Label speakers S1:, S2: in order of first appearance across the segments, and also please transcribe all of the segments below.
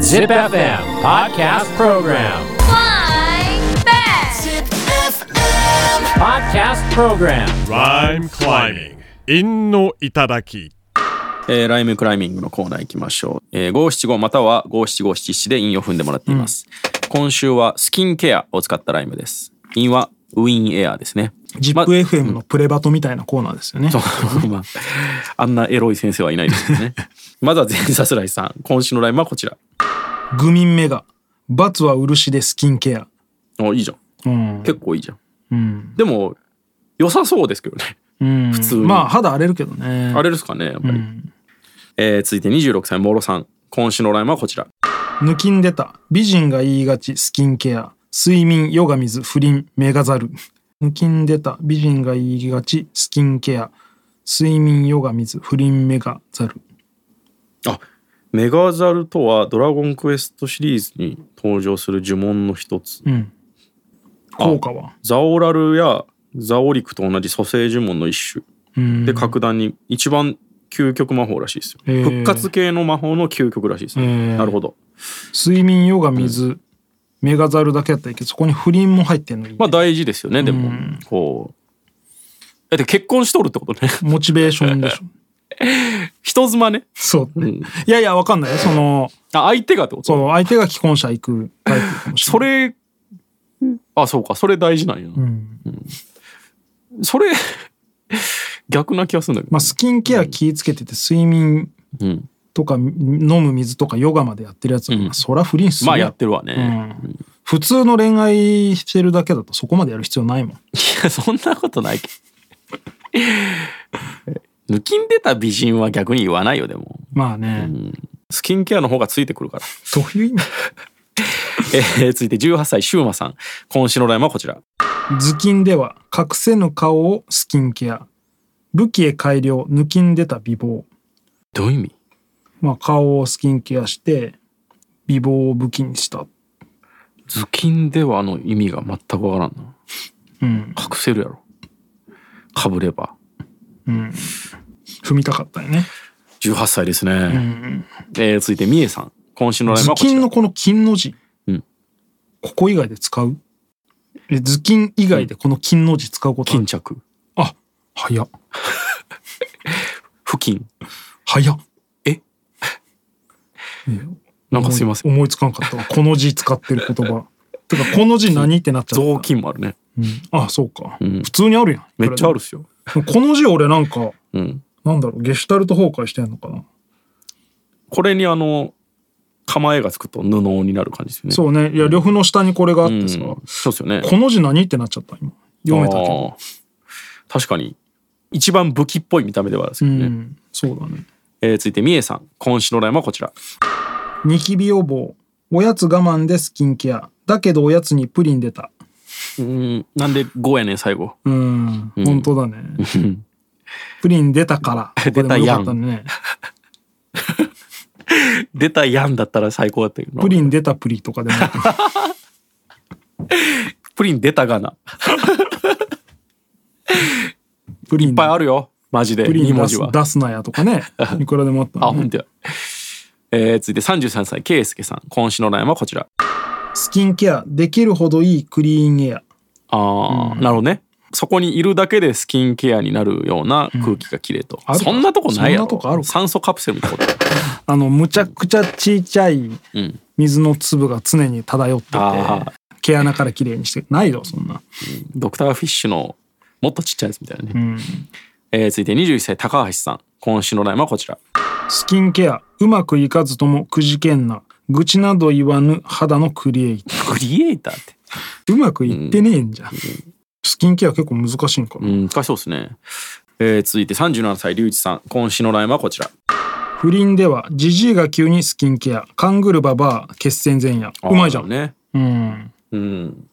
S1: Zip FM Podcast Program.
S2: Flying back.
S1: Podcast Program.
S3: Rhyme climbing. 陰の頂き。
S4: えーライムクライミングのコーナー行きましょう。えー、575または575七七で韻を踏んでもらっています、今週はスキンケアを使ったライムです。韻はウィンエアです ね。ま
S5: ZIPFM のプレバトみたいなコーナーですよね。
S4: そうまああんなエロい先生はいないですよ ね。まずは全サスライさん。今週のライムはこちら。
S5: グミンメガ。バツは漆でスキンケア。
S4: おいいじゃん。
S5: うん。
S4: 結構いいじゃん。
S5: うん。
S4: でも、良さそうですけどね。
S5: うん、
S4: 普通に
S5: まあ、肌荒れるけどね。
S4: あれですかね、やっぱり。えー続いて26歳、モロさん。今週のライムはこちら。
S5: 抜きんでた。美人が言いがち、スキンケア。睡眠、ヨガ水、不倫、メガザル。抜きんでた。美人が言いがち、スキンケア。睡眠、ヨガ水、不倫、メガザル。
S4: あメガザルとはドラゴンクエストシリーズに登場する呪文の一つ、
S5: うん。効果は
S4: ザオラルやザオリクと同じ蘇生呪文の一種で格段に一番究極魔法らしいですよ、
S5: へー
S4: 復活系の魔法の究極らしいですね、
S5: へー
S4: なるほど
S5: 睡眠、ヨガ水、メガザルだけやったらいいけど、そこに不倫も入ってんのに、
S4: まあ大事ですよねでも、こうだって結婚しとるってことね
S5: モチベーションでしょ。
S4: 人妻ね
S5: そうね。いやいや、わかんないよ。その、
S4: あ相手がってこと
S5: そう、相手が既婚者行くタイプかもしれ
S4: それあそうかそれ大事なんや、
S5: ない。うん
S4: それ 逆な気がするんだけど、
S5: まあ、スキンケア気ぃつけてて、睡眠
S4: うん
S5: とか飲む水とかヨガまでやってるやつは、まあそら不倫する
S4: ま
S5: よ
S4: あやってるわね、
S5: うん普通の恋愛してるだけだとそこまでやる必要ないもん。
S4: いや、そんなことないけど抜きんでた美人は逆に言わないよ、でも。
S5: まあね。
S4: スキンケアの方がついてくるから。
S5: どういう意味
S4: えー、続いて18歳、シューマさん。今週のラインはこちら。
S5: 頭巾では、隠せぬ顔をスキンケア。武器へ改良、抜きんでた美貌。
S4: どういう意味
S5: まあ、顔をスキンケアして、美貌を武器にした。
S4: 頭巾ではの意味が全くわからんな。
S5: うん。
S4: 隠せるやろ。かぶれば。
S5: 踏みたかったよね。
S4: 18歳ですね。えー、続いて、みえさん。今週のライン
S5: 頭
S4: はこち
S5: 巾
S4: ら。
S5: のこの金の字、
S4: うん
S5: ここ以外で使うえ頭巾以外でこの金の字使うことある、
S4: 巾着。
S5: あ早っ
S4: 布巾。
S5: 早っ
S4: なんかすいません。
S5: 思いつかんかったわこの字使ってる 言葉てかこの字何ってなっちゃった
S4: 雑巾もあるね。
S5: あそうか、
S4: ん
S5: 普通にあるやん
S4: めっちゃあるっすよ。
S5: この字俺なんか
S4: うん。
S5: なんだろうゲシュタルト崩壊してんのかな、
S4: これにあの、構えがつくと布になる感じですよね。
S5: そうねいや呂布の下にこれがあってさ、
S4: うんそうですよね。
S5: この字何ってなっちゃった今読めたけど
S4: あー確かに。一番武器っぽい見た目ではあるんです
S5: う
S4: けどね。
S5: んそうだね
S4: えー続いて、みえさん。今週のラインはこちら。
S5: ニキビ予防。おやつ我慢でスキンケア。だけどおやつにプリン出た。
S4: うん、なんで5やねん、最後。
S5: うん、本当だね。 プリン出たから。ここでもよかったね。
S4: 出たやんだったら最高だったけどな
S5: プリン出たプリとかで もよかった。
S4: プリン出たがな。
S5: プリン
S4: いっぱいあるよ。マジで。
S5: プリ
S4: 2
S5: ン
S4: 文
S5: 出
S4: 字
S5: す
S4: は。
S5: 出すなやとかね。いくらでもあった
S4: あ、
S5: のね、
S4: 本当や。えー続いて33歳、圭介さん。今週のラインはこちら。
S5: スキンケア。できるほどいいクリーンエア。
S4: ああ、なるほどね。そこにいるだけでスキンケアになるような空気がきれいと、
S5: あるか
S4: そんなとこないやろ
S5: そんなとこあるか
S4: 酸素カプセルみたいなこと
S5: あの、むちゃくちゃちっちゃい
S4: ん
S5: 水の粒が常に漂ってて、
S4: あー
S5: 毛穴からきれいにして。ないよ、そんな。
S4: ドクターフィッシュのもっとちっちゃいやつみたいなね、えー続いて21歳高橋さん今週のラインはこちら
S5: スキンケア。うまくいかずともくじけんな。愚痴など言わぬ肌のクリエイター
S4: クリエイターって
S5: うまくいってねえんじゃん。スキンケア結構難しいんかな。
S4: うん難しそうですね、えー続いて37歳龍一さん今週のラインはこちら
S5: 不倫では、ジジイが急にスキンケア、カングルババー、血栓前夜。うまいじゃん。
S4: ね
S5: うん。
S4: うん、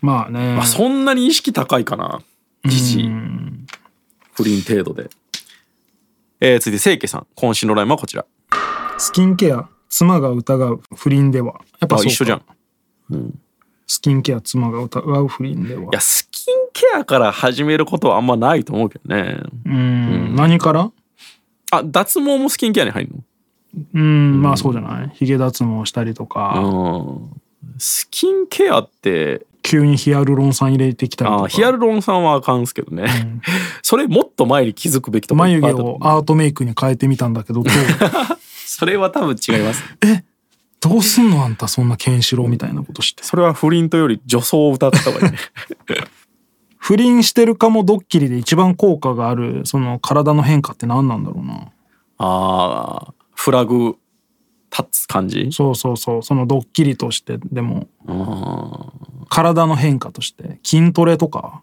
S5: まあね。
S4: まあ、そんなに意識高いかなじじい不倫程度で、えー続いて清家さん今週のラインはこちら
S5: スキンケア、妻が疑う不倫では。やっぱ
S4: あ
S5: そう
S4: 一緒
S5: か
S4: じゃんい
S5: スキンケア、妻が疑う不倫では。
S4: やスキンケアから始めることはあんまないと思うけどね
S5: うん。何から
S4: あ脱毛もスキンケアに入るの
S5: うん、まあそうじゃないヒゲ脱毛したりとか、
S4: うんスキンケアって
S5: 急にヒアルロン酸入れてきたりと
S4: あ
S5: か
S4: ーヒアルロン酸はあかんすけどね、 それもっと前に気づくべきとこい
S5: 眉
S4: っぱいあ
S5: 毛
S4: った
S5: をアートメイクに変えてみたんだ けどどう
S4: それは多分違います
S5: どうすんのあんたそんなケンシロウみたいなことして
S4: それはフリントより女装を歌った方がいいね
S5: 不倫してるかもドッキリで一番効果があるその体の変化って何なんだろうな
S4: ああフラグ立つ感じ
S5: そうそうそうそのドッキリとしてでも
S4: うん
S5: 体の変化として筋トレとか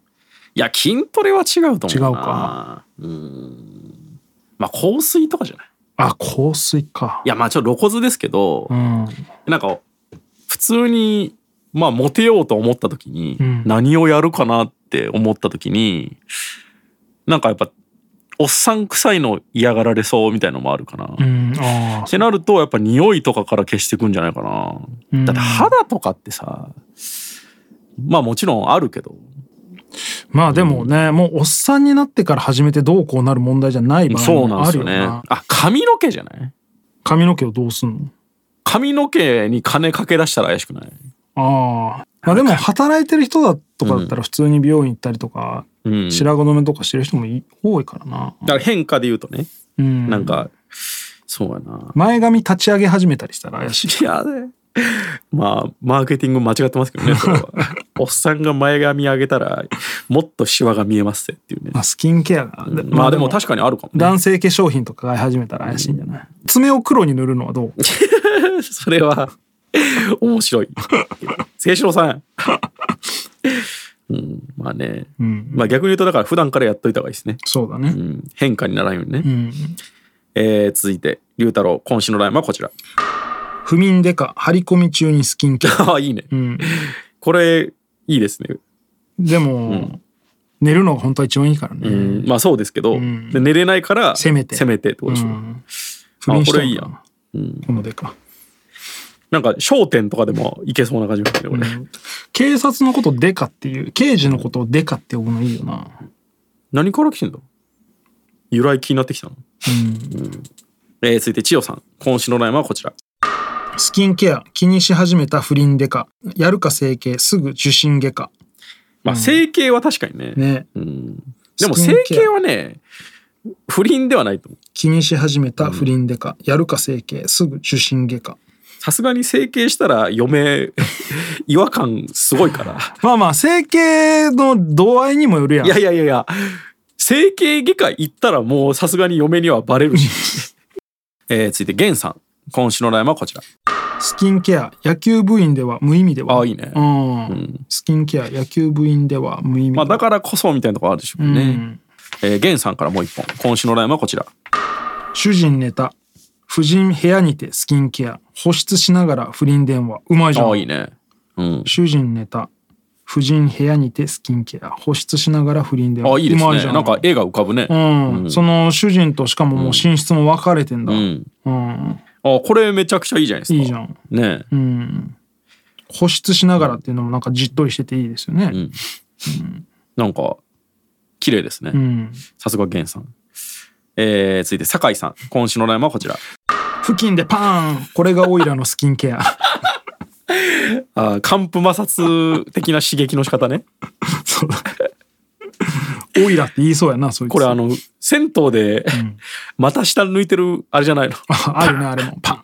S4: いや筋トレは違うと思うな
S5: 違うか
S4: うんまあ香水とかじゃない
S5: あ香水か
S4: いやまあちょっと露骨ですけど、
S5: うん
S4: なんか普通にまあモテようと思った時に、
S5: うん
S4: 何をやるかなって思った時になんかやっぱおっさん臭いの嫌がられそうみたいのもあるかな。
S5: う
S4: っ
S5: んああ
S4: てなるとやっぱ匂いとかから消してくんじゃないかな。
S5: うん
S4: だって肌とかってさまあもちろんあるけど
S5: まあでもね、もうおっさんになってから始めてどうこうなる問題じゃない場
S4: そう
S5: 合
S4: なん
S5: も
S4: で
S5: あ
S4: す
S5: る
S4: よ
S5: よな
S4: ね。あ髪の毛じゃない
S5: 髪の毛をどうすんの
S4: 髪の毛に金かけ出したら怪しくない
S5: ああまあでも働いてる人だとかだったら普通に美容院行ったりとか、
S4: うん、だ
S5: 白髪染めとかしてる人もい多いからな、
S4: から変化で言うとね
S5: うん、
S4: なんか、そうやな
S5: 前髪立ち上げ始めたりしたら怪し い
S4: いやね。まあ、マーケティング間違ってますけどね、それ は。おっさんが前髪上げたら、もっとシワが見えますぜっていうね
S5: ま。あスキンケアが、で
S4: まあでも確かにあるかもね。
S5: 男性化粧品とか買い始めたら怪しいんじゃない爪を黒に塗るのはどう
S4: それは、面白い。清志郎さん。うん、まあね。
S5: うん
S4: まあ逆に言うと、だから普段からやっといた方がいいですね。
S5: そうだね
S4: うん、変化にならんようにね。
S5: うん
S4: えー続いて、龍太郎、今週のラインはこちら。
S5: 不眠でか張り込み中にスキンケア
S4: ああ、いいね。
S5: うん
S4: これ、いいですね。
S5: でも、寝るのが本当は一番いいからね、
S4: うん、まあそうですけど、
S5: ん
S4: で寝れないから、
S5: せめて
S4: せめてってことでしょ。
S5: うん不倫して
S4: あこれいい
S5: る
S4: や
S5: か
S4: ん
S5: なこのでか、
S4: なんか、商店とかでもいけそうな感じがするね、これ。
S5: うん警察のことをデカっていう刑事のことをデカって呼ぶのいいよな
S4: 何から来てんだろう由来気になってきたの。うんえー続いて、千代さん。今週のラインはこちら。
S5: スキンケア気にし始めた不倫デカやるか整形すぐ受診外科
S4: まあ、整形は確かにね。
S5: ね
S4: うん、でも、
S5: ス
S4: 整
S5: キンケア
S4: 形はね、不倫ではないと思う。
S5: 気にし始めた不倫デカやるか整形すぐ受診外科
S4: さすがに整形したら嫁、 違和感すごい から。
S5: まあまあ整形の度合いにもよるやん
S4: いやいやいやいや、整形外科行ったらもうさすがに嫁にはバレる し。えー続いて、ゲンさん。今週のラインはこちら。
S5: スキンケア野球部員では無意味では
S4: あいいね
S5: うんスキンケア野球部員では無意味
S4: まあ、だ
S5: か
S4: からこそみたいなとこあるでしょうね。えー、ゲンさんからもう一本。今週のラインはこちら。
S5: 主人ネタ夫人部屋にてスキンケア保湿しながら不倫電話うまいじゃ
S4: ああ、
S5: ん
S4: いいね。うん。
S5: 主人ネタ夫人部屋にてスキンケア保湿しながら不倫電話
S4: ああ、いいで
S5: うますじゃ
S4: ね。なんか絵が浮かぶね。
S5: うん、その主人としかももう寝室も分かれてんだ、
S4: う
S5: うん
S4: ん。あこれめちゃくちゃいいじゃないですか。
S5: いいじゃん、
S4: ねえ
S5: うん、保湿しながらっていうのもなんかじっとりしてていいですよね、
S4: んなんか、綺麗ですね
S5: う。ん、
S4: さすがゲンさん。えー、続いて、酒井さん。今週のラインはこちら。
S5: 付近でパーンこれがオイラのスキン ケア
S4: あー乾布摩擦的な刺激の仕方ね。
S5: そうオイラって言いそうやなそいつ
S4: これあの、銭湯で、また下抜いてる、あれじゃないの。
S5: あ あるねあれもパン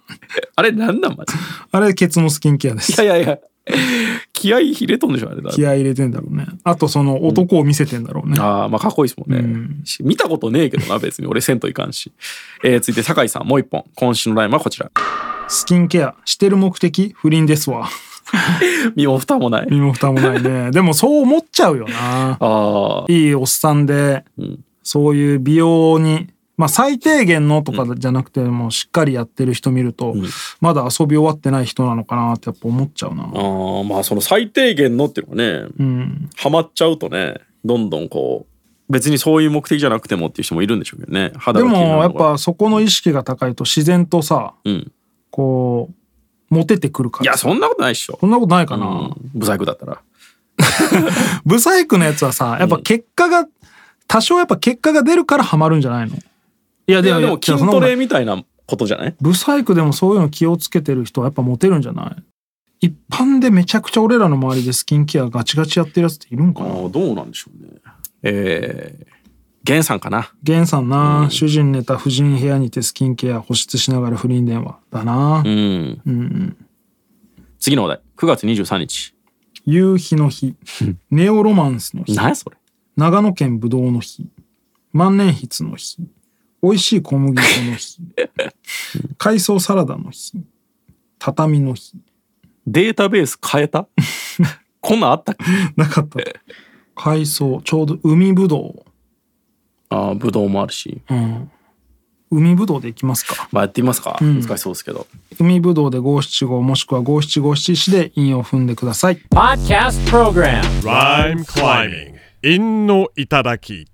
S4: あれなんなんマジ
S5: あれケツのスキンケアです
S4: いやいやいや。気合い入れとんでしょ、あれだ。
S5: 気合い入れてんだろうねあとその男を見せてんだろうね、
S4: ああ、まあかっこいいですもんね。し見たことねえけどな、別に。俺、銭湯いかんし。えー、続いて、酒井さん、もう一本。今週のラインはこちら。
S5: スキンケアしてる目的不倫ですわ
S4: 身も蓋もない。
S5: 身も蓋もないねでもそう思っちゃうよな
S4: ああ、
S5: いいおっさんで、
S4: ん
S5: そういう美容にまあ最低限のとかじゃなくてもしっかりやってる人見ると、まだ遊び終わってない人なのかなってやっぱ思っちゃうな
S4: あーまあ、その最低限のっていうのはね、
S5: うん
S4: ハマっちゃうとね、どんどんこう、別にそういう目的じゃなくてもっていう人もいるんでしょうけどね。肌
S5: で
S4: が気になる
S5: もや
S4: の
S5: っ
S4: が
S5: ぱそこの意識が高いと自然とさ
S4: うん。
S5: こうモテてくるか
S4: い
S5: ら
S4: や、そんなことないっしょ
S5: そ。んなことないかな、
S4: うん、不細工だったら。
S5: ブサイクのやつはさやっぱ結果が、多少やっぱ結果が出るからハマるんじゃないのいや
S4: いやでも筋トレみたいなことじゃない
S5: ブサイクでもそういうの気をつけてる人はやっぱモテるんじゃない一般でめちゃくちゃ俺らの周りでスキンケアガチガチやってるやつっているんかな
S4: あどうなんでしょうねえー、ゲンさんかな
S5: ゲンさんな、主人寝た婦人部屋にてスキンケア保湿しながら不倫電話だな、
S4: うん、次のお題9月23日
S5: 夕日の日ネオロマンスの日
S4: 何やそれ
S5: 長野県ぶどうの日万年筆の日美味しい小麦粉の日海藻サラダの日畳の日
S4: データベース変え たこんなんあったっけ
S5: なかった海藻ちょうど海ぶど
S4: ああブドウもあるし、
S5: う海ぶどうでいきますか
S4: まあやってみますか、難しそうですけど
S5: 海ぶどうで五七五もしくは五七五七四で韻を踏んでください
S1: Podcast Program
S3: Rhyme climbing. 陰の頂き。